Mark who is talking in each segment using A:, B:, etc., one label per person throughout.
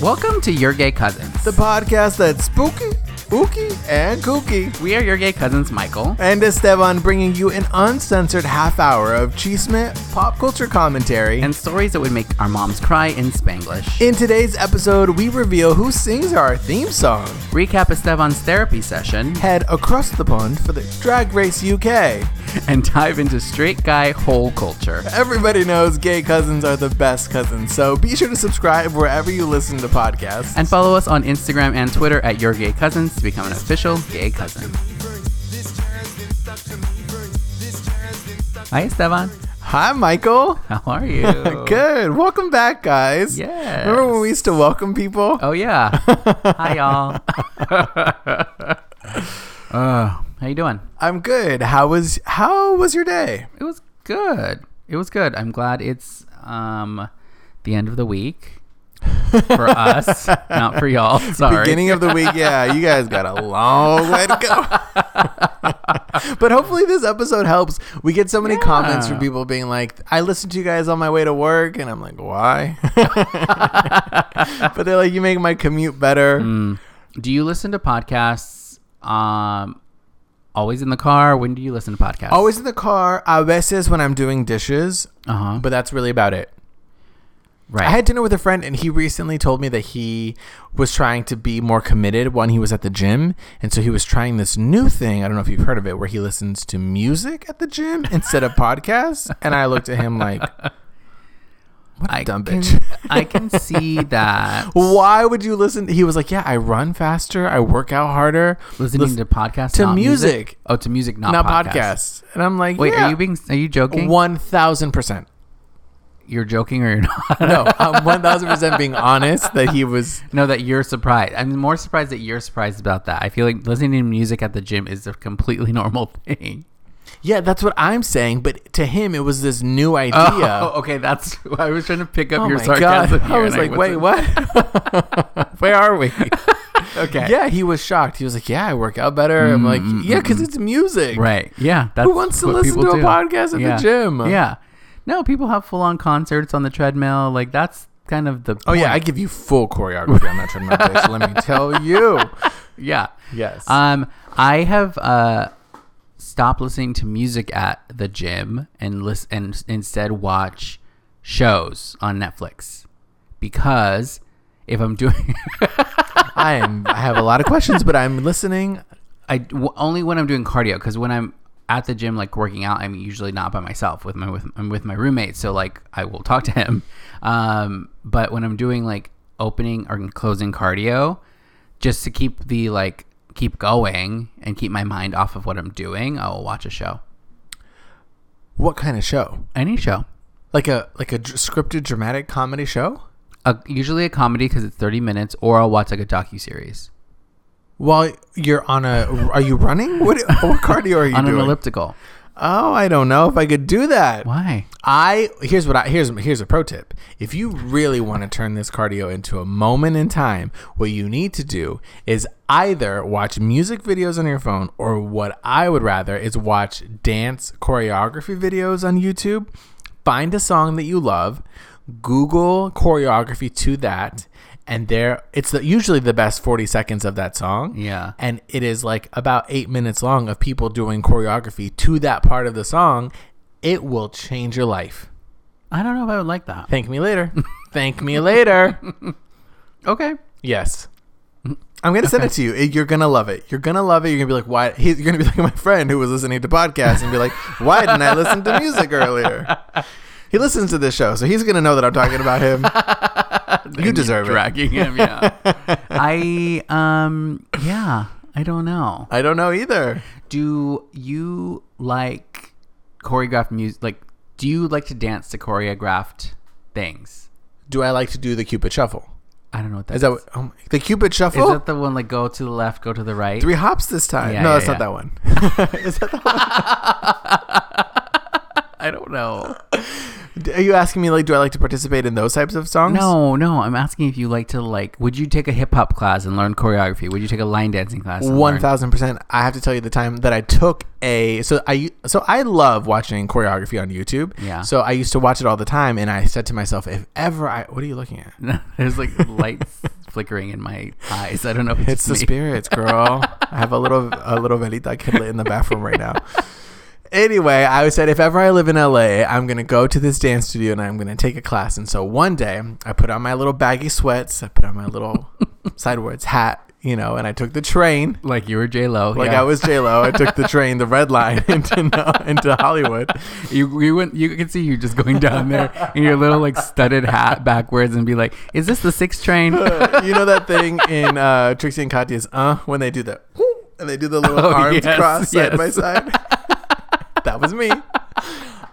A: Welcome to Your Gay Cousins.
B: The podcast that's spooky, spooky, and kooky.
A: We are Your Gay Cousins, Michael.
B: And Esteban bringing you an uncensored half hour of chisme, pop culture commentary.
A: And stories that would make our moms cry in Spanglish.
B: in today's episode, we reveal who sings our theme song.
A: Recap Esteban's therapy session
B: Head across the pond for the Drag Race UK.
A: and dive into straight guy whole culture.
B: Everybody knows gay cousins are the best cousins, so be sure to subscribe wherever you listen to podcasts.
A: And follow us on Instagram and Twitter at Your Gay Cousins to become an official gay cousin. Hi, Esteban.
B: Hi, Michael.
A: How are you?
B: Good. Welcome back, guys.
A: Yes.
B: Remember when we used to welcome people?
A: Oh, yeah. Hi, y'all. uh, how you doing?
B: I'm good. How was how was your day?
A: it was good. It was good. I'm glad it's um the end of the week for us, not for y'all. Sorry.
B: Beginning of the week, yeah. You guys got a long way to go. but hopefully this episode helps. We get so many comments
A: Yeah.
B: from people being like, I listened to you guys on my way to work and I'm like, why? but they're like, you make my commute better.
A: Mm. do you listen to podcasts um always in the car? When do you listen to podcasts?
B: Always in the car, a veces when I'm doing dishes,
A: Uh-huh.
B: but that's really about it.
A: Right.
B: I had dinner with a friend, and he recently told me that he was trying to be more committed when he was at the gym. And so he was trying this new thing. I don't know if you've heard of it, where he listens to music at the gym instead of podcasts. And I looked at him like, what a
A: I
B: dumb
A: can,
B: bitch.
A: I can see that
B: Why would you listen? He was like, yeah, I run faster, I work out harder,
A: listening to podcasts
B: to
A: not
B: music.
A: Oh, to music, not,
B: not
A: podcasts.
B: podcasts. And I'm like,
A: Wait,
B: yeah,
A: are you being? Are you joking?
B: 1000%.
A: You're joking or you're not?
B: No, I'm 1000% being honest that he was.
A: No, that you're surprised. I'm more surprised that you're surprised about that. I feel like listening to music at the gym is a completely normal thing.
B: Yeah, that's what I'm saying. But to him, it was this new idea.
A: Oh, okay. That's. I was trying to pick up
B: Oh
A: your
B: my
A: sarcasm.
B: God.
A: here,
B: I was
A: and
B: like, wait,
A: wasn't-
B: what? Where are we?
A: Okay.
B: yeah, he was shocked. He was like, yeah, I work out better. I'm
A: Mm,
B: like, yeah, because it's music.
A: Right. Yeah. That's
B: Who wants to
A: what
B: listen to
A: people
B: a
A: do.
B: podcast at
A: Yeah.
B: the gym?
A: Yeah. No, people have full on concerts on the treadmill. Like that's kind of the.
B: Oh, yeah, I
A: point.
B: give you full choreography on that treadmill, bitch. Let me tell you. Uh,
A: yeah.
B: Yes.
A: Um, I have uh stopped listening to music at the gym and listen and s- instead watch shows on Netflix because if I'm doing
B: I am. I have a lot of questions, but I'm listening.
A: I w- only when I'm doing cardio because when I'm at the gym like working out I'm usually not by myself with my with I'm with my roommate so like I will talk to him um but when I'm doing like opening or closing cardio just to keep the like keep going and keep my mind off of what I'm doing I'll watch a show
B: What kind of show?
A: any show
B: Like a like a dr- scripted dramatic comedy show?
A: a, usually a comedy because it's 30 minutes or I'll watch like a docu series
B: While you're on a, are you running? What, what cardio are you
A: on
B: doing?
A: an elliptical
B: oh, I don't know if I could do that.
A: why
B: I here's what I here's here's a pro tip. If you really want to turn this cardio into a moment in time, what you need to do is either watch music videos on your phone or what I would rather is watch dance choreography videos on YouTube. Find a song that you love, Google choreography to that, and there it's the, usually the best 40 seconds of that song
A: Yeah.
B: and it is like about eight minutes long of people doing choreography to that part of the song, it will change your life.
A: I don't know if I would like that
B: Thank me later. Thank me later.
A: okay
B: Yes. I'm gonna send it to you. It- You're gonna love it. You're gonna love it. You're gonna be like, why? He's, you're gonna be like my friend who was listening to podcasts and be like, why didn't I listen to music earlier? He listens to this show, so he's gonna know that I'm talking about him. you deserve it.
A: dragging him yeah I um yeah I don't know
B: I don't know either.
A: Do you like choreographed music? Like, do you like to dance to choreographed things?
B: Do I like to do the Cupid Shuffle?
A: I don't know what that is.
B: Is that what, oh my, the Cupid Shuffle?
A: Is that the one like go to the left, go to the right?
B: Three hops this time.
A: Yeah,
B: no,
A: yeah,
B: that's
A: yeah.
B: not that one. Is that the one?
A: I don't know.
B: Are you asking me like, do I like to participate in those types of songs?
A: No, no. I'm asking if you like to like. Would you take a hip hop class and learn choreography? Would you take a line dancing class? and
B: One
A: learn-
B: thousand percent. I have to tell you the time that I took a so I so I love watching choreography on YouTube.
A: Yeah.
B: So I used to watch it all the time, and I said to myself, if ever I what are you looking at?
A: There's like lights flickering in my eyes. I don't know if it's,
B: It's the
A: just me.
B: spirits, girl. I have a little a little velita I can lit in the bathroom right now. Anyway, I said if ever I live in LA, I'm gonna go to this dance studio and I'm gonna take a class. And so one day, I put on my little baggy sweats, I put on my little sidewards hat, you know, and I took the train.
A: Like you were J Lo.
B: Like I was J Lo, I took the train, the red line into into Hollywood.
A: You you went. You could see you just going down there in your little like studded hat backwards and be like, "Is this the six train?"
B: you know that thing in uh, Trixie and Katya's "Uh" when they do the whoop, and they do the little
A: Oh,
B: arms
A: yes,
B: crossed side by
A: yes.
B: side. that was me.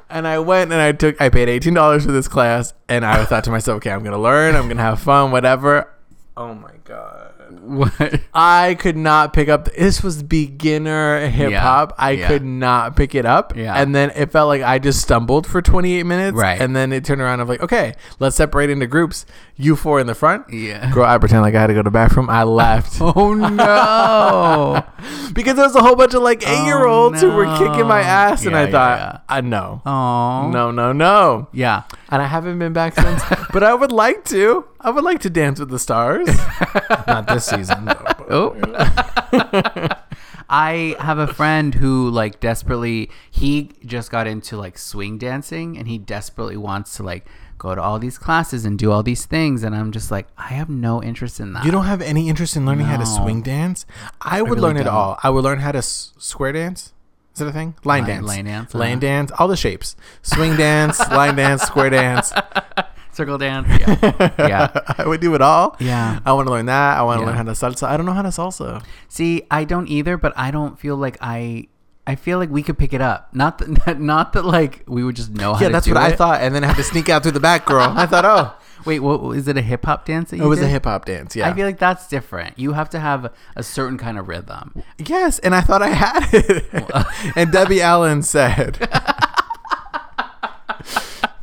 B: And I went and I took I paid eighteen dollars for this class, and I thought to myself, okay, I'm gonna learn, I'm gonna have fun, whatever. Oh my god.
A: what?
B: I could not pick up. This was beginner hip hop. I
A: yeah.
B: could not pick it up.
A: Yeah.
B: And then it felt like I just stumbled for 28 minutes.
A: Right.
B: And then it turned around. I'm like, okay, let's separate into groups. You four in the front,
A: Yeah.
B: Girl, I pretend like I had to go to the bathroom. I left
A: Oh no!
B: because there was a whole bunch of like eight year olds who were kicking my
A: no.
B: ass, and
A: Yeah,
B: I
A: yeah,
B: thought,
A: yeah.
B: I know,
A: Oh
B: no, no, no,
A: Yeah.
B: and I haven't been back since. but I would like to. I would like to dance with the stars. Not this season. Though, but-
A: Oh. I have a friend who like desperately he just got into like swing dancing and he desperately wants to like go to all these classes and do all these things and I'm just like I have no interest in that.
B: You don't have any interest in learning how to
A: No.
B: swing dance? I would
A: really
B: learn it
A: don't.
B: all. I would learn how to s- square dance. Is that a thing? Line, dance.
A: line dance,
B: Line
A: uh-huh.
B: dance. All the shapes. Swing dance, line dance, square dance.
A: circle dance. Yeah. yeah.
B: I would do it all.
A: Yeah.
B: I want to learn that. I want to
A: Yeah.
B: learn how to salsa. I don't know how to salsa.
A: See, I don't either, but I don't feel like I I feel like we could pick it up. Not that not that like we would just know how
B: Yeah,
A: to
B: that's
A: do
B: what I
A: it.
B: thought. And then I had to sneak out through the back, girl. I thought, oh,
A: Wait, what is it a hip hop dance? That
B: it
A: you
B: was Oh, a
A: did?
B: hip hop dance. Yeah.
A: I feel like that's different. You have to have a certain kind of rhythm.
B: yes, and I thought I had it. and Debbie Allen said,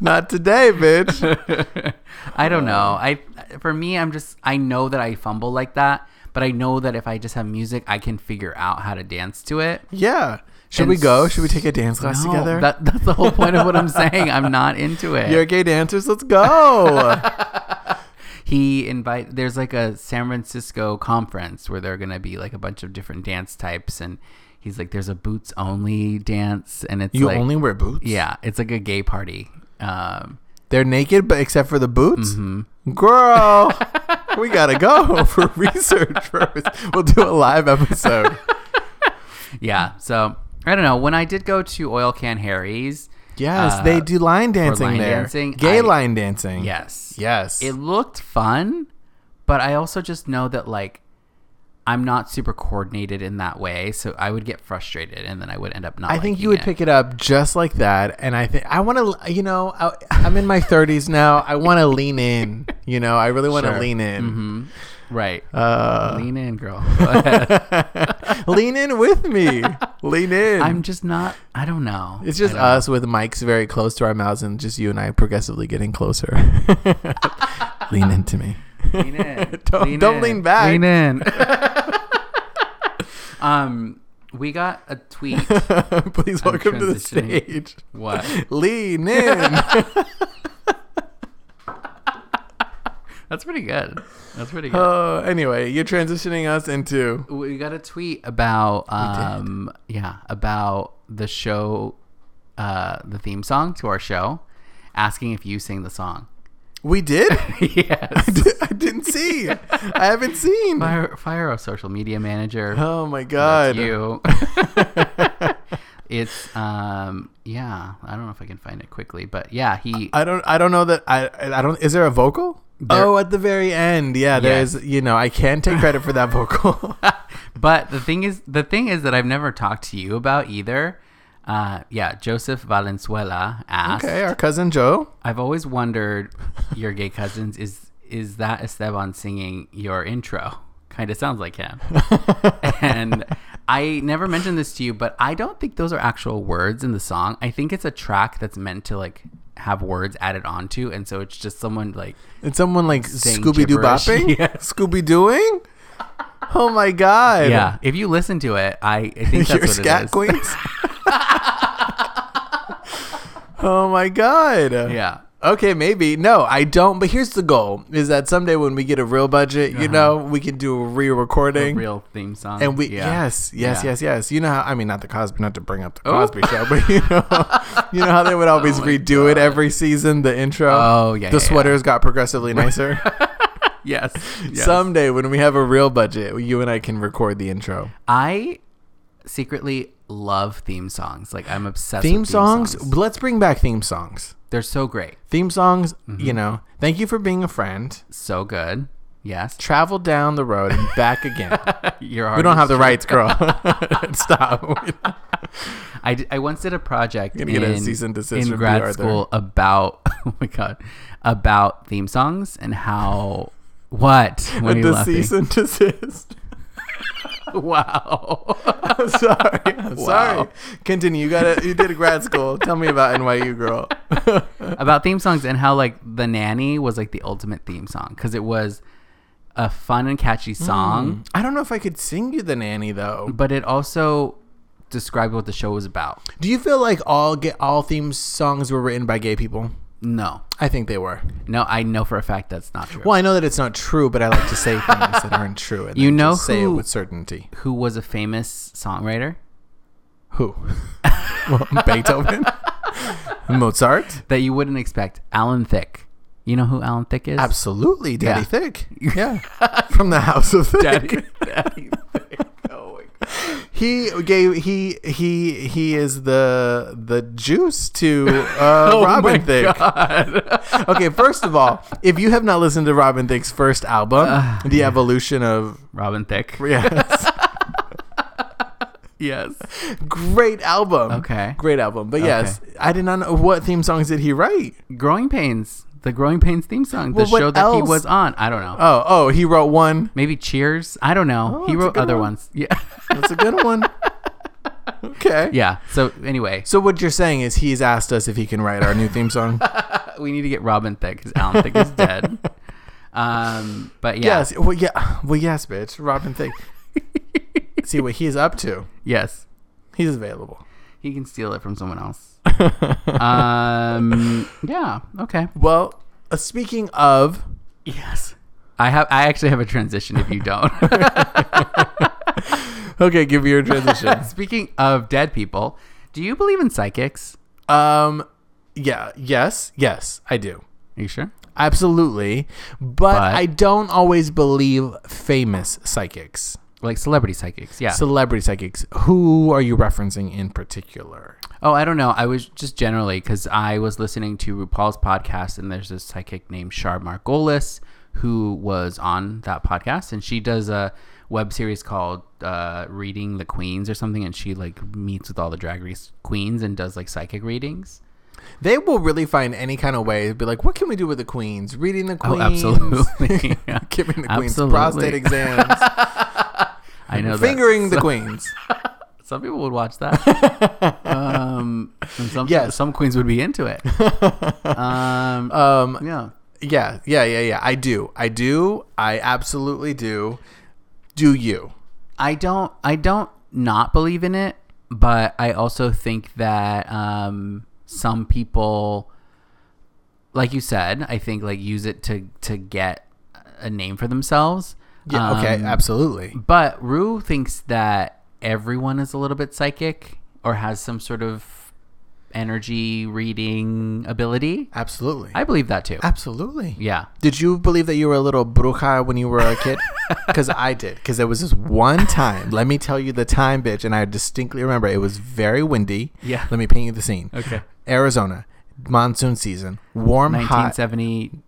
B: "Not today, bitch."
A: I don't know. I for me, I'm just I know that I fumble like that, but I know that if I just have music, I can figure out how to dance to it.
B: Yeah. Should
A: And
B: we go? Should we take a dance class
A: No,
B: together?
A: That, that's the whole point of what I'm saying. I'm not into it.
B: You're gay dancers. Let's go.
A: he invite there's like a San Francisco conference where they're gonna be like a bunch of different dance types, and he's like, there's a boots only dance, and it's
B: you
A: like,
B: only wear boots.
A: yeah, it's like a gay party. Um,
B: They're naked, but except for the boots.
A: Mm-hmm.
B: Girl, we gotta go for research purpose. We'll do a live episode.
A: yeah, so I don't know. When I did go to Oil Can Harry's,
B: Yes,
A: Uh,
B: they do line dancing
A: line
B: there.
A: dancing,
B: Gay
A: I-
B: line dancing.
A: yes,
B: Yes.
A: it looked fun, but I also just know that like I'm not super coordinated in that way, so I would get frustrated, and then I would end up not.
B: I think you would
A: liking it.
B: pick it up just like that, and I think I want to. You know, I, I'm in my 30s now. I want to lean in. You know, I really want to
A: Sure. Mm-hmm.
B: lean in.
A: right.
B: Uh,
A: Lean in, girl.
B: lean in with me. lean in.
A: I'm just not. I don't know.
B: It's just
A: I don't-
B: us with mics very close to our mouths, and just you and I progressively getting closer. lean into me.
A: Lean in.
B: Don't- don't
A: in.
B: lean back.
A: Lean in. um, we got a tweet.
B: Please
A: I'm
B: welcome to the
A: transitioning.
B: stage.
A: What?
B: Lean in.
A: That's pretty good. That's pretty good.
B: uh, anyway, you're transitioning us into
A: we got a tweet about um yeah about the show uh the theme song to our show asking if you sing the song
B: We did?
A: yes
B: I didn't see. I haven't seen.
A: fire fire our social media manager
B: Oh my
A: That's
B: god.
A: you it's um yeah i don't know if i can find it quickly but yeah he
B: I don't I don't know that I I don't is there a vocal?
A: There-
B: oh, at the very end. Yeah, there is,
A: Yes.
B: you know, I can take credit for that vocal.
A: but the thing is the thing is that i've never talked to you about either uh yeah joseph valenzuela asked
B: okay, our cousin Joe.
A: I've always wondered your gay cousins is is that Esteban singing your intro? Kind of sounds like him. and I never mentioned this to you, but I don't think those are actual words in the song. I think it's a track that's meant to like have words added onto, and so it's just someone like
B: It's someone like
A: Saying
B: Scooby Doo
A: gibberish.
B: bopping?
A: Yeah.
B: Scooby Dooing? Oh my god.
A: yeah. If you listen to it, I, I think that's
B: You're
A: what it
B: scat
A: is.
B: queens. oh my god.
A: Yeah.
B: okay, maybe. No, I don't. But here's the goal is that someday when we get a real budget, you know, we can do a real
A: Uh-huh. A
B: recording.
A: real theme song.
B: and we,
A: Yeah.
B: yes, yes,
A: Yeah. Oh.
B: yes, yes. You know how, I mean, not the Cosby, not to bring up the Cosby show, but you know, you know how they would always redo it every season, the intro?
A: Oh, yeah,
B: The
A: yeah, yeah.
B: sweaters got progressively nicer.
A: Yes. yes.
B: Someday when we have a real budget, you and I can record the intro.
A: I secretly love theme songs. Like I'm obsessed
B: Theme,
A: with
B: songs, let's bring back theme songs.
A: They're so great.
B: Theme songs, you
A: Mm-hmm.
B: know, thank you for being a friend.
A: So good. Yes.
B: Travel down the road and back again.
A: You're
B: we don't have the rights, girl. Stop.
A: I, d- I once did a project in,
B: Gonna get a cease and desist
A: in
B: from
A: grad
B: PR there.
A: school about oh my god about theme songs and how what when
B: the cease and desist.
A: wow
B: I'm sorry. I'm sorry.
A: Wow.
B: Continue. You got to You did a grad school. Tell me about NYU, girl.
A: about theme songs and how like the nanny was like the ultimate theme song because it was a fun and catchy song
B: I don't know if I could sing you the nanny though.
A: but it also described what the show was about
B: Do you feel like all get all theme songs were written by gay people?
A: no
B: I think they were.
A: no i know for a fact that's not true
B: Well, I know that it's not true, but I like to say things that aren't true. And
A: You
B: then
A: know
B: just say it
A: who-
B: with certainty.
A: who was a famous songwriter
B: Who? well, Beethoven, Mozart.
A: that you wouldn't expect alan thicke you know who alan thicke is
B: Absolutely, Daddy
A: Yeah.
B: Thick. Yeah, from the House of Thick.
A: Daddy, Daddy Thicke. Oh
B: Uh,
A: my god.
B: He gave he he he is the the juice to uh,
A: Oh
B: Robin Thicke. Okay, first of all, if you have not listened to Robin Thicke's first album,
A: Uh,
B: The Evolution of
A: Robin Thicke.
B: Yes,
A: Yes.
B: great album.
A: Okay.
B: great album. But yes, I did not know what theme songs did he write.
A: Growing Pains. The Growing Pains theme song. The
B: Well, what
A: show that he
B: else?
A: was on. I don't know.
B: Oh, oh, he wrote one.
A: Maybe Cheers. I don't know.
B: Oh,
A: he
B: that's a
A: wrote
B: good
A: other
B: one.
A: ones. Yeah.
B: That's a good one. Okay.
A: yeah. So anyway,
B: So what you're saying is he's asked us if he can write our new theme song.
A: Uh, we need to get Robin Thicke because Alan Thicke is dead. Um, but yeah.
B: Yes. Well, yeah. Well, yes, bitch. Robin Thicke. See what he's up to.
A: Yes.
B: He's available.
A: He can steal it from someone else. um, yeah. Okay.
B: Well, uh, speaking of,
A: Yes. I have. I actually have a transition. If you don't.
B: okay, give me your transition.
A: Speaking of dead people, do you believe in psychics?
B: um, yeah. Yes. Yes, I do.
A: Are you sure?
B: Absolutely. But,
A: But-
B: I don't always believe famous psychics,
A: Like celebrity psychics, yeah.
B: celebrity psychics. Who are you referencing in particular?
A: oh, I don't know. I was just generally because I was listening to RuPaul's podcast, and there's this psychic named Shar Margolis who was on that podcast, and she does a web series called uh, "Reading the Queens" or something, and she like meets with all the drag race queens and does like psychic readings.
B: They will really find any kind of way to be like, what can we do with the queens? Reading the queens.
A: Oh, absolutely. Yeah.
B: Giving the queens
A: Absolutely.
B: prostate exams.
A: I know. that
B: fingering the queens.
A: some people would watch that. um, and some
B: Yes.
A: some queens would be into it. Um,
B: Um,
A: yeah.
B: yeah, yeah, yeah, yeah. I do. I do. I absolutely do. Do you?
A: I don't I don't not believe in it, but I also think that um, some people like you said, I think like use it to to get a name for themselves.
B: Yeah. okay.
A: Um,
B: Absolutely.
A: But Rue thinks that everyone is a little bit psychic or has some sort of energy reading ability.
B: Absolutely.
A: I believe that too.
B: absolutely.
A: Yeah.
B: Did you believe that you were a little bruja when you were a kid? Because I did. Because there was this one time. Let me tell you the time, bitch. And I distinctly remember it was very windy.
A: Yeah.
B: Let me paint you the scene.
A: Okay.
B: Arizona, monsoon season, warm, hot.
A: 1970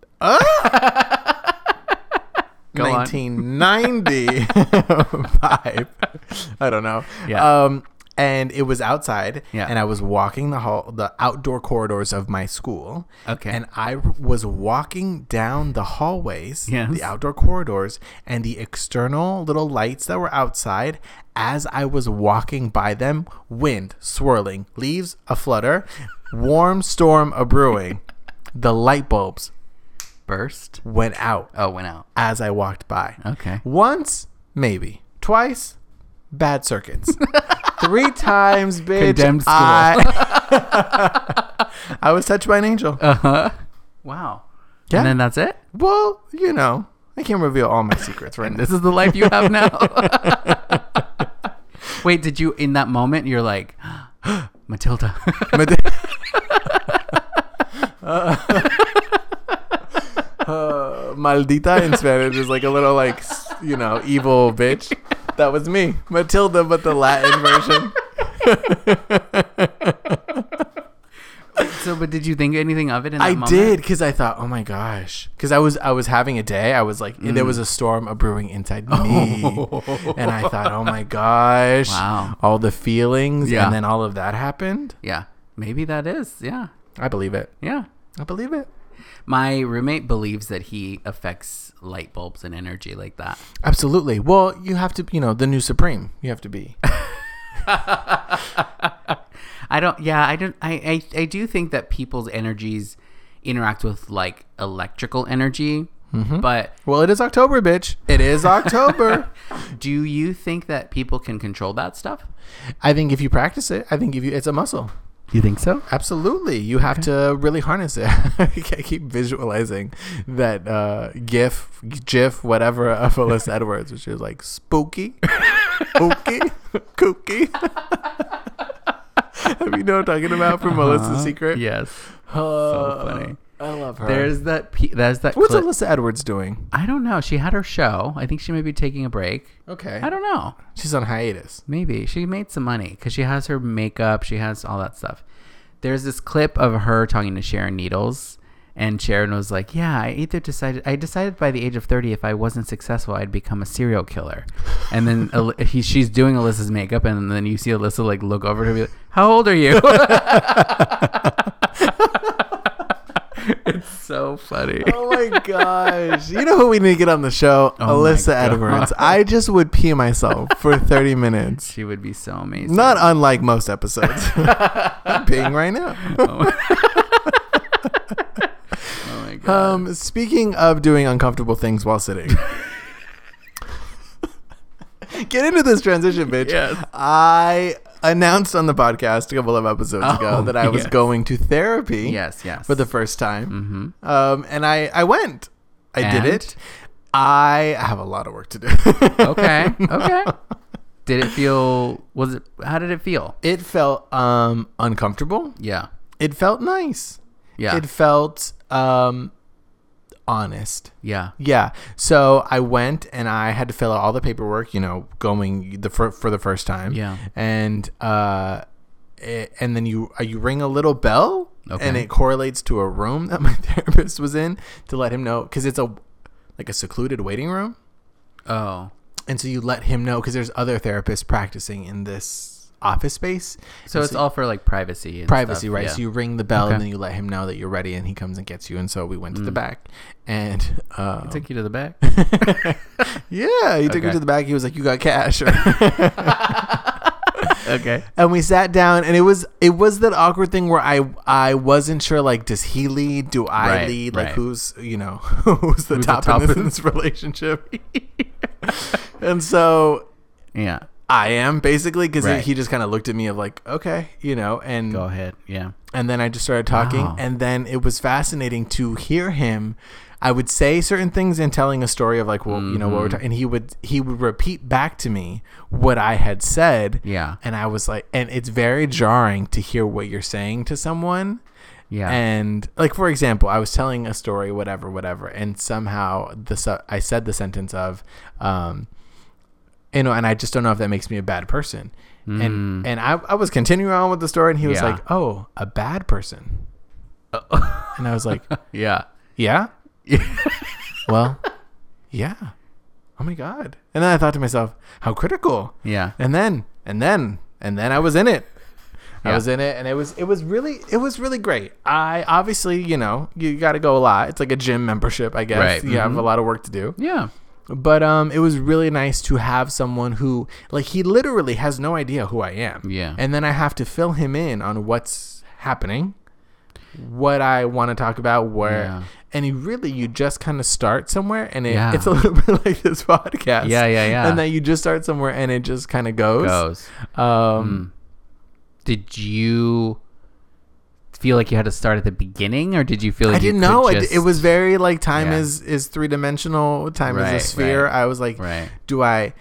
A: Go on.
B: 1995. I don't know.
A: Yeah.
B: Um, and it was outside,
A: Yeah.
B: and I was walking the hall, the outdoor corridors of my school.
A: Okay.
B: And I r- was walking down the hallways,
A: Yes.
B: the outdoor corridors, and the external little lights that were outside. As I was walking by them, wind swirling, leaves a flutter, warm storm a brewing. The light bulbs
A: burst.
B: went out
A: Oh, went out.
B: as I walked by.
A: Okay.
B: Once, maybe. Twice, bad circuits. Three times, bitch.
A: Condemned school.
B: I, I was touched by an angel.
A: Uh huh.
B: Uh-huh. Yeah.
A: And then that's it.
B: Well, you know, I can't reveal all my secrets right now.
A: This is the life you have now. Wait, did you in that moment you're like Matilda?
B: Mate- Uh, maldita in Spanish is like a little like s- you know evil bitch. That was me, Matilda, but the Latin version.
A: so, but did you think anything of it in that
B: I
A: moment?
B: did because I thought, oh my gosh, because I was I was having a day. I was like, there
A: Mm.
B: was a storm a brewing inside me, and I thought, oh my gosh,
A: Wow.
B: all the feelings,
A: Yeah.
B: and then all of that happened.
A: Yeah, maybe that is. Yeah,
B: I believe it.
A: yeah.
B: I believe it.
A: My roommate believes that he affects light bulbs and energy like that.
B: Absolutely. Well, you have to, you know, the new supreme. You have to be.
A: I don't. Yeah, I don't. I, I I do think that people's energies interact with like electrical energy, but
B: well, it is October, bitch. It is October.
A: do you think that people can control that stuff?
B: I think if you practice it, I think if you, it's a muscle.
A: You think so?
B: Absolutely. You have to really harness it. I keep visualizing that uh, GIF, GIF, whatever of Alyssa Edwards, which is like spooky, spooky, kooky. Have you know what I'm talking about from Melissa's Secret?
A: Yes.
B: Oh,
A: Uh-huh. funny.
B: I love her.
A: There's that. Pe- there's that.
B: What's
A: clip-
B: Alyssa Edwards doing?
A: I don't know. She had her show. I think she may be taking a break.
B: Okay.
A: I don't know.
B: She's on hiatus.
A: Maybe she made some money because she has her makeup. She has all that stuff. There's this clip of her talking to Sharon Needles, and Sharon was like, "Yeah, I either decided I decided by the age of 30 if I wasn't successful, I'd become a serial killer." And then Al- he, she's doing Alyssa's makeup, and then you see Alyssa like look over to be like, "How old are you?" it's so funny.
B: Oh my gosh. You know who we need to get on the show?
A: Oh my
B: Alyssa
A: God.
B: Edwards. I just would pee myself for 30 minutes.
A: She would be so amazing.
B: Not unlike most episodes. I'm peeing right now.
A: oh my god.
B: Um, speaking of doing uncomfortable things while sitting. Get into this transition, bitch.
A: Yes.
B: I announced on the podcast a couple of episodes
A: Oh,
B: ago that I was
A: yes.
B: going to therapy
A: yes, yes.
B: for the first time.
A: hmm
B: Um, and I, I went. I
A: And?
B: did it. I have a lot of work to do.
A: okay okay did it feel was it how did it feel
B: It felt um, uncomfortable.
A: yeah
B: It felt nice.
A: yeah
B: It felt um, honest.
A: yeah
B: Yeah. So I went and I had to fill out all the paperwork, you know, going the for, for the first time.
A: Yeah.
B: And uh, it, and then you uh, you ring a little bell,
A: Okay.
B: and it correlates to a room that my therapist was in to let him know because it's a like a secluded waiting room.
A: oh
B: and so you let him know because there's other therapists practicing in this office space
A: so
B: And
A: it's all for like privacy and
B: privacy
A: stuff,
B: right
A: yeah.
B: so you ring the bell
A: Okay.
B: and then you let him know that you're ready and he comes and gets you and so we went to the back and uh
A: took you to the back
B: yeah he took me
A: Okay.
B: to the back he was like you got cash
A: okay
B: and we sat down and it was it was that awkward thing where i i wasn't sure like does he lead do i
A: Right,
B: lead like
A: right.
B: who's you know who's the
A: Who's the
B: top,
A: top
B: in, this,
A: in
B: in this relationship and so
A: yeah
B: I am basically because
A: Right.
B: he just kind of looked at me of like, okay, you know, and
A: go ahead yeah
B: and then I just started talking,
A: Wow.
B: and then it was fascinating to hear him. I would say certain things and telling a story of like, well, you know, what
A: Mm-hmm.
B: we're talking, and he would he would repeat back to me what I had said,
A: yeah
B: and I was like, and it's very jarring to hear what you're saying to someone.
A: yeah
B: And like for example, I was telling a story, whatever, whatever, and somehow the su- I said the sentence of, um, you know, and I just don't know if that makes me a bad person. And and I, I was continuing on with the story, and he was
A: Mm. Yeah.
B: like, "Oh, a bad person," and I was like,
A: yeah
B: "Yeah, well, yeah, oh my god." And then I thought to myself, "How critical."
A: yeah
B: and then and then and then I was in it. I
A: Yeah.
B: was in it, and it was it was really it was really great. I obviously you know you got to go a lot. It's like a gym membership, I guess.
A: Right, Mm-hmm.
B: You have a lot of work to do,
A: yeah
B: but um, it was really nice to have someone who like he literally has no idea who I am.
A: Yeah.
B: and then I have to fill him in on what's happening, what I want to talk about, where.
A: Yeah.
B: And you really, you just kind of start somewhere, and it,
A: Yeah.
B: it's a little bit like this podcast.
A: Yeah, yeah, yeah.
B: And then you just start somewhere, and it just kind of
A: goes
B: um,
A: did you Hmm. feel like you had to start at the beginning, or did you feel like
B: I didn't
A: you could
B: know. It,
A: just-
B: it was very like time
A: Yeah.
B: is is three dimensional. Time
A: Right,
B: is a sphere.
A: right,
B: I was like,
A: right.
B: do I?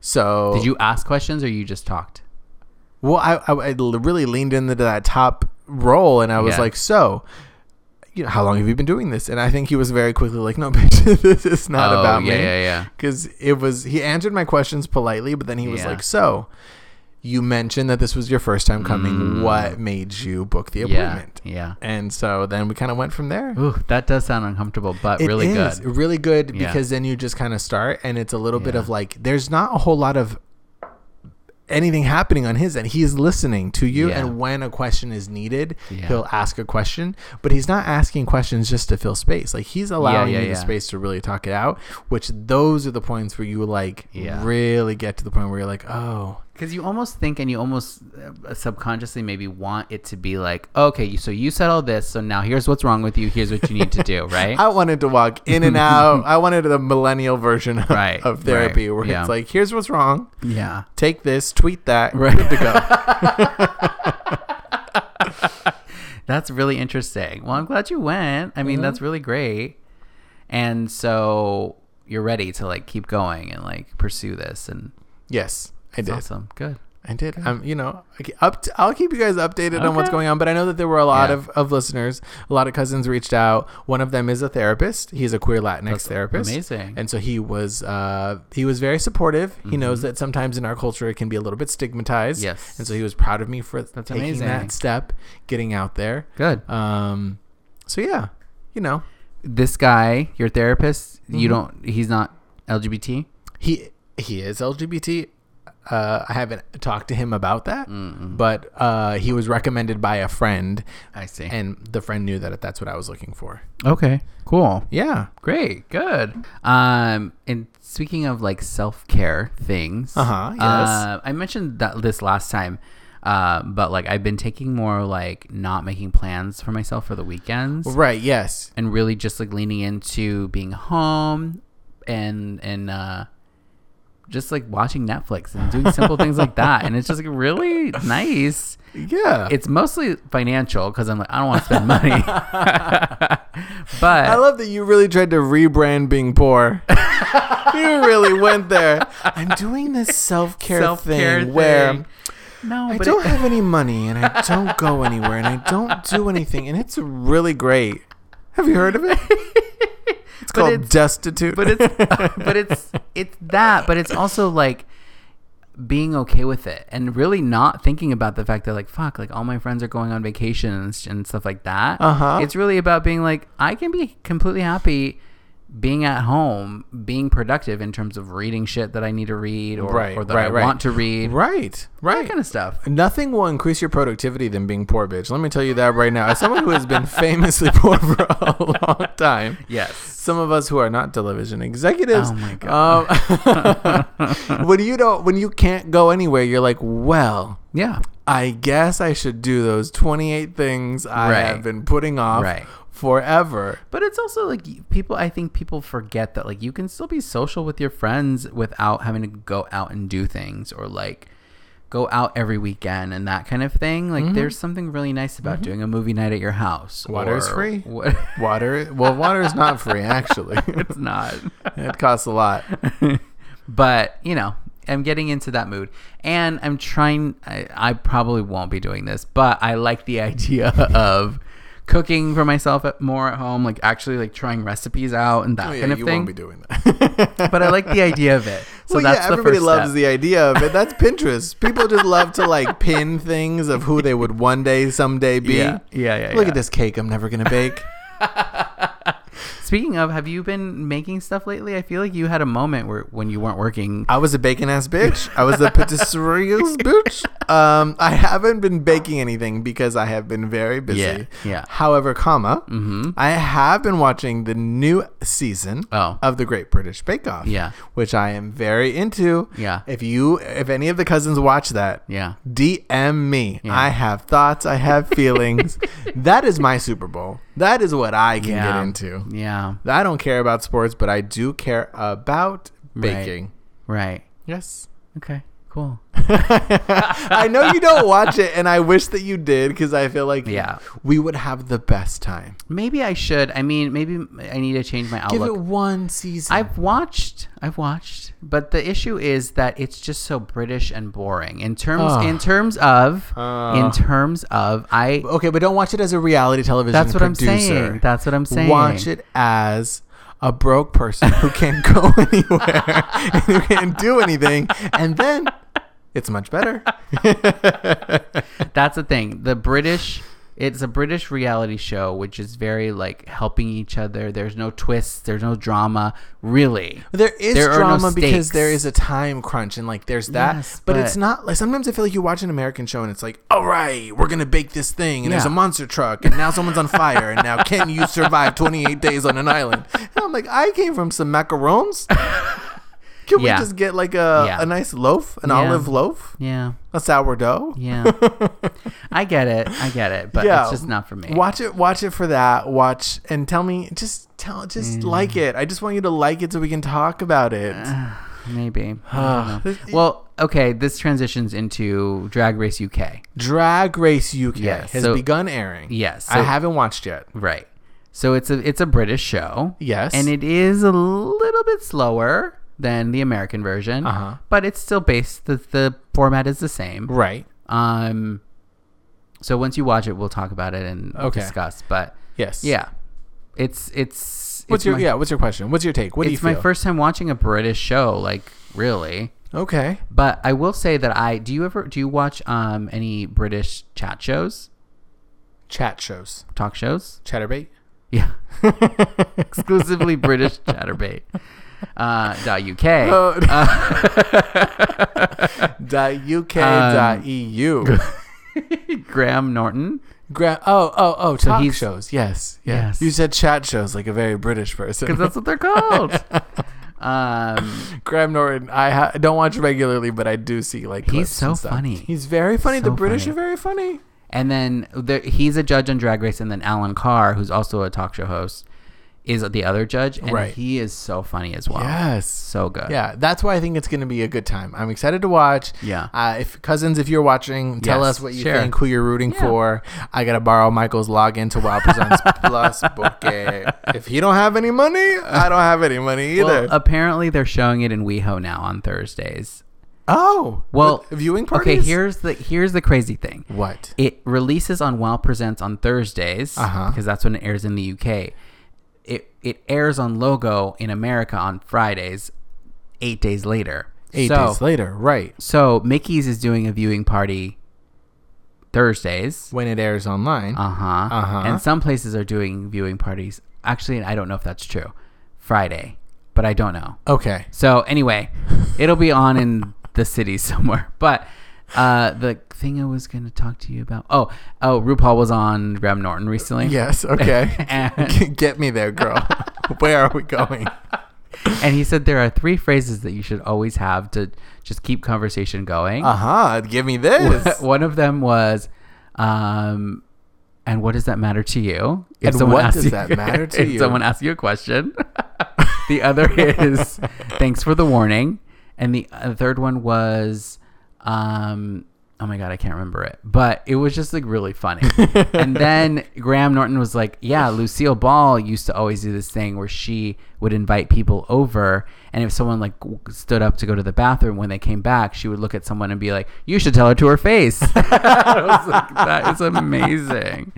B: So
A: Did you ask questions, or you just talked?
B: Well, I, I, I l- really leaned into that top role, and I was
A: Yeah.
B: like, so. You know, how long have you been doing this? And I think he was very quickly like, no, bitch, this is not
A: Oh,
B: about
A: yeah,
B: me.
A: yeah, yeah.
B: Because it was, he answered my questions politely, but then he was
A: Yeah.
B: like, so you mentioned that this was your first time coming.
A: Mm.
B: What made you book the
A: Yeah,
B: appointment?
A: yeah.
B: And so then we kind of went from there.
A: Ooh, that does sound uncomfortable, but
B: It
A: really
B: is
A: good.
B: Really good
A: Yeah.
B: because then you just kind of start and it's a little bit
A: Yeah.
B: of like there's not a whole lot of anything happening on his end. He's listening to you
A: Yeah.
B: and when a question is needed,
A: Yeah.
B: he'll ask a question, but he's not asking questions just to fill space. Like he's allowing
A: yeah,
B: you
A: yeah.
B: the space to really talk it out, which those are the points where you like
A: Yeah.
B: really get to the point where you're like, "Oh,
A: Because you almost think and you almost uh, subconsciously maybe want it to be like, okay, you- so you said all this, so now here's what's wrong with you. Here's what you need to do, right?
B: I wanted to walk in and out. I wanted the millennial version of,
A: Right,
B: of therapy
A: right,
B: where
A: yeah.
B: it's like, here's what's wrong.
A: yeah.
B: Take this, tweet that,
A: Right.
B: good to go.
A: That's really interesting. Well, I'm glad you went. I mean, that's really great. And so you're ready to like keep going and like pursue this, and
B: Yes, I
A: it's
B: did.
A: awesome. Good.
B: I did. Um, you know, I ke- up. To, I'll keep you guys updated on what's
A: Okay.
B: going on. But I know that there were a lot
A: Yeah.
B: of, of listeners. A lot of cousins reached out. One of them is a therapist. He's a queer Latinx therapist.
A: amazing. Mm-hmm.
B: And so he was. Uh, he was very supportive. He knows that sometimes in our culture it can be a little bit stigmatized.
A: Yes.
B: And so he was proud of me for taking
A: amazing.
B: that step, getting out there.
A: Good.
B: Um, so yeah, you know,
A: This guy, your therapist,
B: Mm-hmm.
A: you don't. He's not LGBT.
B: he he is LGBT. Uh, I haven't talked to him about that, but uh, he was recommended by a friend,
A: I see.
B: and the friend knew that that's what I was looking for.
A: okay. Cool.
B: Yeah.
A: Great, good. Um, and speaking of like self care things,
B: Uh-huh, yes.
A: uh, I mentioned that this last time, uh, but like I've been taking more like not making plans for myself for the weekends
B: Right. Yes.
A: and really just like leaning into being home and and uh, just like watching Netflix and doing simple things like that, and it's just like really nice
B: Yeah.
A: it's mostly financial because I'm like, I don't want to spend money. but
B: I love that you really tried to rebrand being poor. you really went there. I'm doing this self care
A: self-care
B: thing, where
A: no,
B: I
A: but
B: don't
A: it-
B: have any money and I don't go anywhere and I don't do anything and it's really great. Have you heard of it?
A: But
B: It's called
A: it's-
B: destitute.
A: but it's but it's it's that, but it's also like being okay with it and really not thinking about the fact that like fuck like all my friends are going on vacation and s- and stuff like that
B: Uh-huh.
A: it's really about being like i can be completely happy being at home being productive in terms of reading shit that i need to read or,
B: Right,
A: or that i
B: right, right.
A: want to read
B: right,
A: that
B: right.
A: kind of stuff
B: Nothing will increase your productivity than being poor, bitch. Let me tell you that right now. As someone who has been famously poor for a long time,
A: yes
B: some of us who are not television executives.
A: Oh my
B: god! Um, when you don't, when you can't go anywhere, you're like, well,
A: yeah
B: I guess I should do those 28 things I
A: Right.
B: have been putting off
A: Right.
B: forever.
A: But it's also like y- people. I think people forget that like you can still be social with your friends without having to go out and do things or like go out every weekend and that kind of thing. Like there's something really nice about doing a movie night at your house.
B: Water is
A: or
B: free.
A: What,
B: Water, well, water is not free actually.
A: it's not.
B: it costs a lot.
A: but you know, I'm getting into that mood, and I'm trying. I, I probably won't be doing this, but I like the idea of. Cooking for myself at, more at home, like actually like trying recipes out and that
B: Oh, yeah,
A: kind of
B: you
A: thing.
B: won't be doing that.
A: but I like the idea of it. So
B: well,
A: that's
B: yeah,
A: the
B: everybody
A: first
B: loves
A: step.
B: the idea of it. That's Pinterest. People just love to like pin things of who they would one day, someday be.
A: Yeah, yeah, yeah.
B: Look
A: yeah.
B: at this cake I'm never gonna bake.
A: Speaking of, have you been making stuff lately? I feel like you had a moment where when you weren't working.
B: I was a bacon ass bitch. I was a patisserie bitch. Um, I haven't been baking anything because I have been very busy.
A: Yeah, yeah. Mm-hmm.
B: However, comma, I have been watching the new season
A: Oh.
B: of the Great British Bake Off.
A: Yeah.
B: which I am very into.
A: Yeah.
B: If you, if any of the cousins watch that,
A: Yeah.
B: DM me. I have thoughts. I have feelings. that is my Super Bowl. That is what I can
A: Yeah.
B: get into.
A: Yeah.
B: I don't care about sports, but I do care about
A: Right.
B: baking.
A: Right.
B: Yes.
A: Okay. cool.
B: I know you don't watch it, and I wish that you did because I feel like
A: Yeah.
B: we would have the best time.
A: Maybe I should. I mean, maybe I need to change my
B: Give
A: outlook.
B: it one season.
A: I've watched, I've watched, but the issue is that it's just so British and boring. In terms,
B: Ugh.
A: in terms of,
B: Ugh.
A: in terms of, I.
B: okay, but don't watch it as a reality television.
A: That's what I'm
B: producer.
A: saying. That's what I'm saying.
B: Watch it as a broke person who can't go anywhere and who can't do anything, and then it's much better.
A: That's the thing. The British, it's a British reality show, which is very like helping each other. There's no twists. There's no drama, really.
B: There is
A: There are no
B: drama because
A: stakes.
B: there is a time crunch and like there's that,
A: Yes,
B: but,
A: but-
B: it's not like sometimes I feel like you watch an American show and it's like, all right, we're gonna bake this thing and there's a
A: Yeah.
B: monster truck and now someone's on fire and now can you survive 28 days on an island? And I'm like, I came from some macarons. Can
A: Yeah.
B: we just get like a,
A: Yeah.
B: a nice loaf, an
A: Yeah.
B: olive loaf,
A: Yeah,
B: a sourdough?
A: yeah. I get it. I get it. But
B: Yeah.
A: it's just not for me.
B: Watch it, watch it for that. Watch and tell me, just tell,
A: Mm.
B: just like it. I just want you to like it so we can talk about it.
A: Maybe. I
B: Ah.
A: don't know. well, okay. This transitions into Drag Race UK.
B: Drag Race UK
A: Yes,
B: has
A: so-
B: begun airing.
A: Yes.
B: I
A: so-
B: haven't watched yet.
A: Right. So it's a it's a British show.
B: Yes.
A: And it is a little bit slower than the American version.
B: Uh-huh.
A: But it's still based the the format is the same.
B: right.
A: Um so once you watch it we'll talk about it and we'll
B: Okay.
A: discuss. But
B: Yes.
A: yeah. It's it's
B: What's
A: it's
B: your
A: my,
B: yeah? What's your question? What's your take? What do you
A: it's my
B: feel?
A: first time watching a British show, like really.
B: okay.
A: But I will say that I do you ever do you watch um any British chat shows?
B: Chat shows.
A: Talk shows?
B: Chatterbait.
A: Yeah. exclusively British chatterbait. Uh, dot Uh, UK.
B: Oh.
A: Uh,
B: dot UK
A: um,
B: dot E EU.
A: Graham Norton.
B: Gra- oh oh oh. Talk
A: he's-
B: shows. Yes, yes.
A: Yes.
B: You said chat shows like a very British
A: Because
B: person.
A: that's what they're called. um,
B: Graham Norton. I ha- don't watch regularly, but I do see like. clips
A: so
B: and stuff.
A: funny.
B: He's very funny. the
A: So
B: British
A: funny.
B: are very funny.
A: and then there, he's a judge on Drag Race, and then Alan Carr, who's also a talk show host, is the other judge, and
B: Right.
A: he is so funny as well.
B: Yes.
A: so good.
B: Yeah, that's why I think it's going to be a good time. I'm excited to watch.
A: Yeah.
B: Uh, if cousins, if you're watching, tell
A: Yes,
B: us what you
A: share.
B: think, who you're rooting for. I gotta borrow Michael's login to Wild Presents Plus book it. If he don't have any money, I don't have any money either.
A: Well, apparently they're showing it in WeHo now on Thursdays.
B: oh,
A: Well,
B: with viewing parties.
A: Okay, here's the here's the crazy thing.
B: what?
A: It releases on WoW Presents on Thursdays
B: Uh-huh.
A: because that's when it airs in the UK. It it airs on Logo in America on Fridays, eight days later.
B: Eight
A: so,
B: days later, right?
A: So Mickey's is doing a viewing party Thursdays.
B: When it airs online,
A: Uh huh.
B: Uh-huh.
A: And some places are doing viewing parties. Actually, I don't know if that's true. Friday, but I don't know.
B: okay.
A: So anyway, it'll be on in the city somewhere. But uh, the thing I was going to talk to you about. Oh, oh, RuPaul was on Graham Norton recently.
B: Yes, okay.
A: And,
B: Get me there, girl. Where are we going?
A: and he said there are three phrases that you should always have to just keep conversation going.
B: Uh huh. Give me this.
A: One of them was, um, and what does that matter to you? If
B: And what does that matter to
A: if
B: you?
A: someone asks you a question. the other is, thanks for the warning. And the uh, third one was, um, oh my God, I can't remember it. But it was just like really funny. and then Graham Norton was like, yeah, Lucille Ball used to always do this thing where she would invite people over. And if someone like w- stood up to go to the bathroom when they came back, she would look at someone and be like, you should tell her to her face. I was like, that is amazing.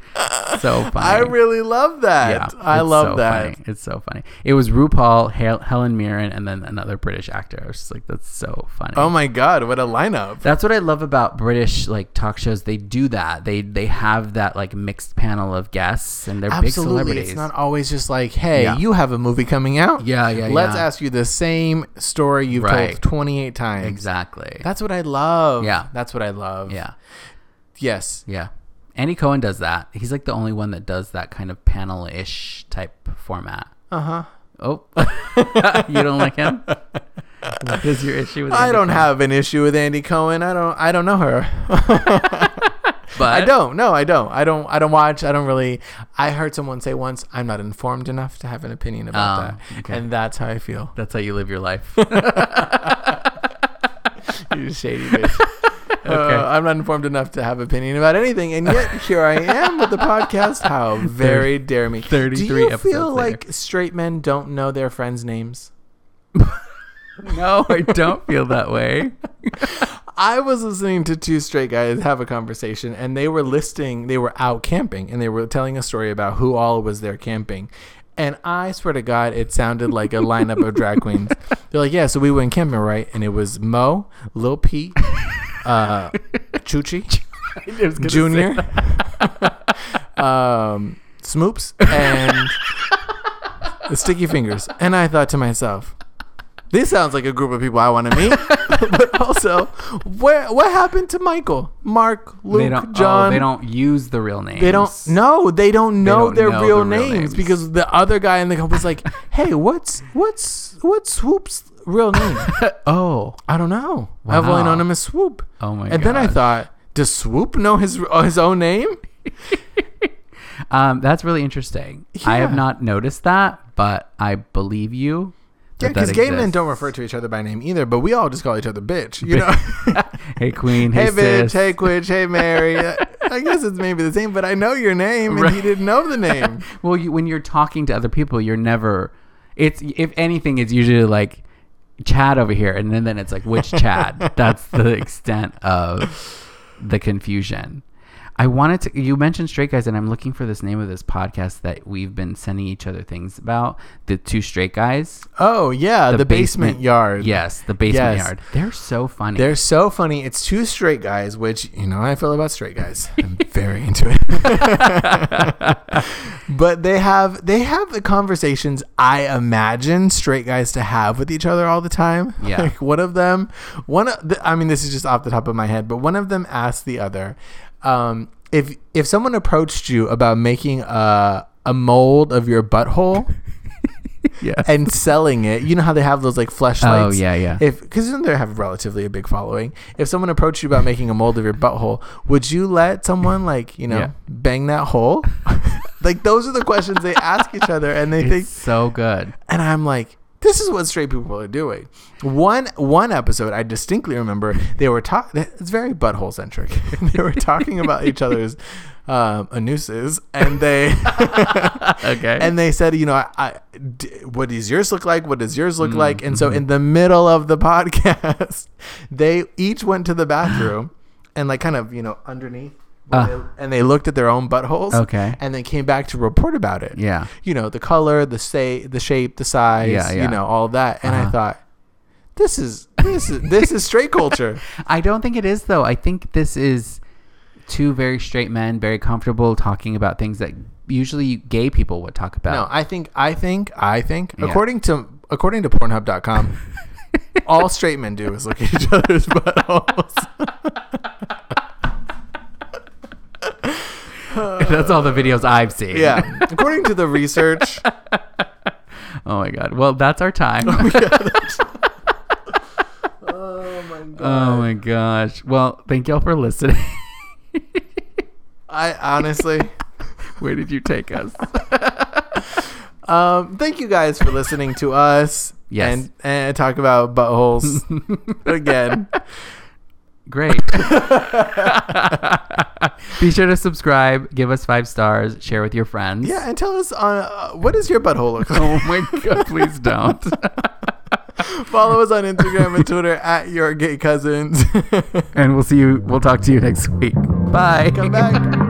A: So funny.
B: I really love that.
A: Yeah,
B: I
A: it's
B: love
A: so
B: that.
A: funny. It's so funny. It was RuPaul, Hel- Helen Mirren, and then another British actor. I was just like, that's so funny.
B: Oh my god, what a lineup.
A: that's what I love about British like talk shows. They do that. They they have that like mixed panel of guests, and they're big
B: Absolutely.
A: celebrities.
B: It's not always just like, hey,
A: Yeah.
B: you have a movie coming out.
A: Yeah, yeah,
B: Let's
A: yeah.
B: ask you the same story you've told
A: Right.
B: 28 times.
A: exactly.
B: That's what I love.
A: Yeah.
B: That's what I love.
A: yeah,
B: Yes.
A: yeah. Andy Cohen does that. He's like the only one that does that kind of panel ish type format.
B: Uh huh.
A: Oh, you don't like him? What is your issue with?
B: I
A: Andy
B: don't
A: Cohen?
B: have an issue with Andy Cohen. I don't. I don't know her.
A: But
B: I don't. No, I don't. I don't. I don't watch. I don't really. I heard someone say once, "I'm not informed enough to have an opinion about
A: Oh,
B: that,"
A: okay.
B: and that's how I feel.
A: That's how you live your life.
B: You shady bitch. Uh, I'm not informed enough to have opinion about anything, and yet here I am with the podcast. How very dare me! Do
A: 33
B: you
A: episodes
B: feel
A: later.
B: like straight men don't know their friends' names?
A: No, I don't feel that way.
B: I was listening to two straight guys have a conversation, and they were listing, they were out camping, and they were telling a story about who all was there camping. And I swear to God, it sounded like a lineup of drag queens. They're like, yeah, so we went camping, right? And it was Mo, Lil P, uh, Chuchi, Junior, um, Smoops, and the Sticky Fingers. And I thought to myself, this sounds like a group of people I want to meet. but also, where what happened to Michael, Mark, Luke,
A: They don't.
B: John?
A: oh, they don't use the real names.
B: They don't. No, they don't know
A: don't
B: their
A: know the real
B: real, names,
A: names.
B: because the other guy in the company was like, "Hey, what's what's what's Swoop's real name?
A: Oh.
B: I don't know. I've
A: Wow.
B: only known him as Swoop."
A: Oh my
B: and then I
A: God.
B: thought, does Swoop know his uh, his own name?
A: Um, that's really interesting. I have
B: Yeah.
A: not noticed that, but I believe you.
B: Yeah,
A: that that
B: because gay men
A: exists.
B: don't refer to each other by name either, but we all just call each other bitch. You know,
A: Hey, queen. Hey,
B: hey bitch,
A: sis.
B: hey Quitch, hey Mary. I guess it's maybe the same, but I know your name, and he
A: Right.
B: didn't know the name.
A: Well, you, when you're talking to other people, you're never. It's if anything, it's usually like Chad over here, and then, then it's like which Chad. That's the extent of the confusion. I wanted to. You mentioned straight guys, and I'm looking for this name of this podcast that we've been sending each other things about. The two straight guys.
B: Oh yeah, the, basement, yard.
A: Yes, the basement
B: Yes.
A: yard. They're so funny.
B: They're so funny. It's two straight guys, which you know how I feel about straight guys. I'm very into it. but they have they have the conversations I imagine straight guys to have with each other all the time.
A: Yeah.
B: Like one of them, one of the, I mean this is just off the top of my head, but one of them asked the other, um, if if someone approached you about making a a mold of your butthole
A: yeah.
B: and selling it. You know how they have those like fleshlights.
A: Oh, yeah, yeah.
B: If because they have relatively a big following. If someone approached you about making a mold of your butthole, would you let someone like you know
A: Yeah.
B: bang that hole? like those are the questions they ask each other, and they think
A: It's so good.
B: and I'm like, this is what straight people are doing. One one episode, I distinctly remember they were talking. It's very butthole centric. they were talking about each other's um, anuses, and they
A: Okay.
B: and they said, you know, I, I d- what does yours look like? What does yours
A: Mm,
B: look like? And
A: mm-hmm.
B: so in the middle of the podcast, they each went to the bathroom and like kind of you know underneath.
A: Uh.
B: they- and they looked at their own buttholes,
A: Okay.
B: and they came back to report about it
A: yeah.
B: you know the color the say the shape the size
A: Yeah, yeah.
B: you know all that and i
A: Uh-huh.
B: thought this is this is this is straight culture
A: I don't think it is though. I think this is two very straight men, very comfortable talking about things that usually gay people would talk
B: no
A: about.
B: i think i think i think
A: Yeah.
B: according to according to pornhub.com all straight men do is look at each other's buttholes uh,
A: That's all the videos I've seen.
B: yeah according to the research
A: Oh my god. Well, that's our time.
B: oh my god
A: oh my gosh. Well, thank y'all for listening.
B: i honestly
A: Where did you take us?
B: um thank you guys for listening to us
A: Yes.
B: and and talk about buttholes again
A: Great. Be sure to subscribe, give us five stars, share with your friends.
B: yeah and tell us on uh, what does your butthole look like
A: Oh my god, please don't.
B: Follow us on Instagram and Twitter at your gay cousins.
A: and we'll see you we'll talk to you next week. Bye.
B: Come back.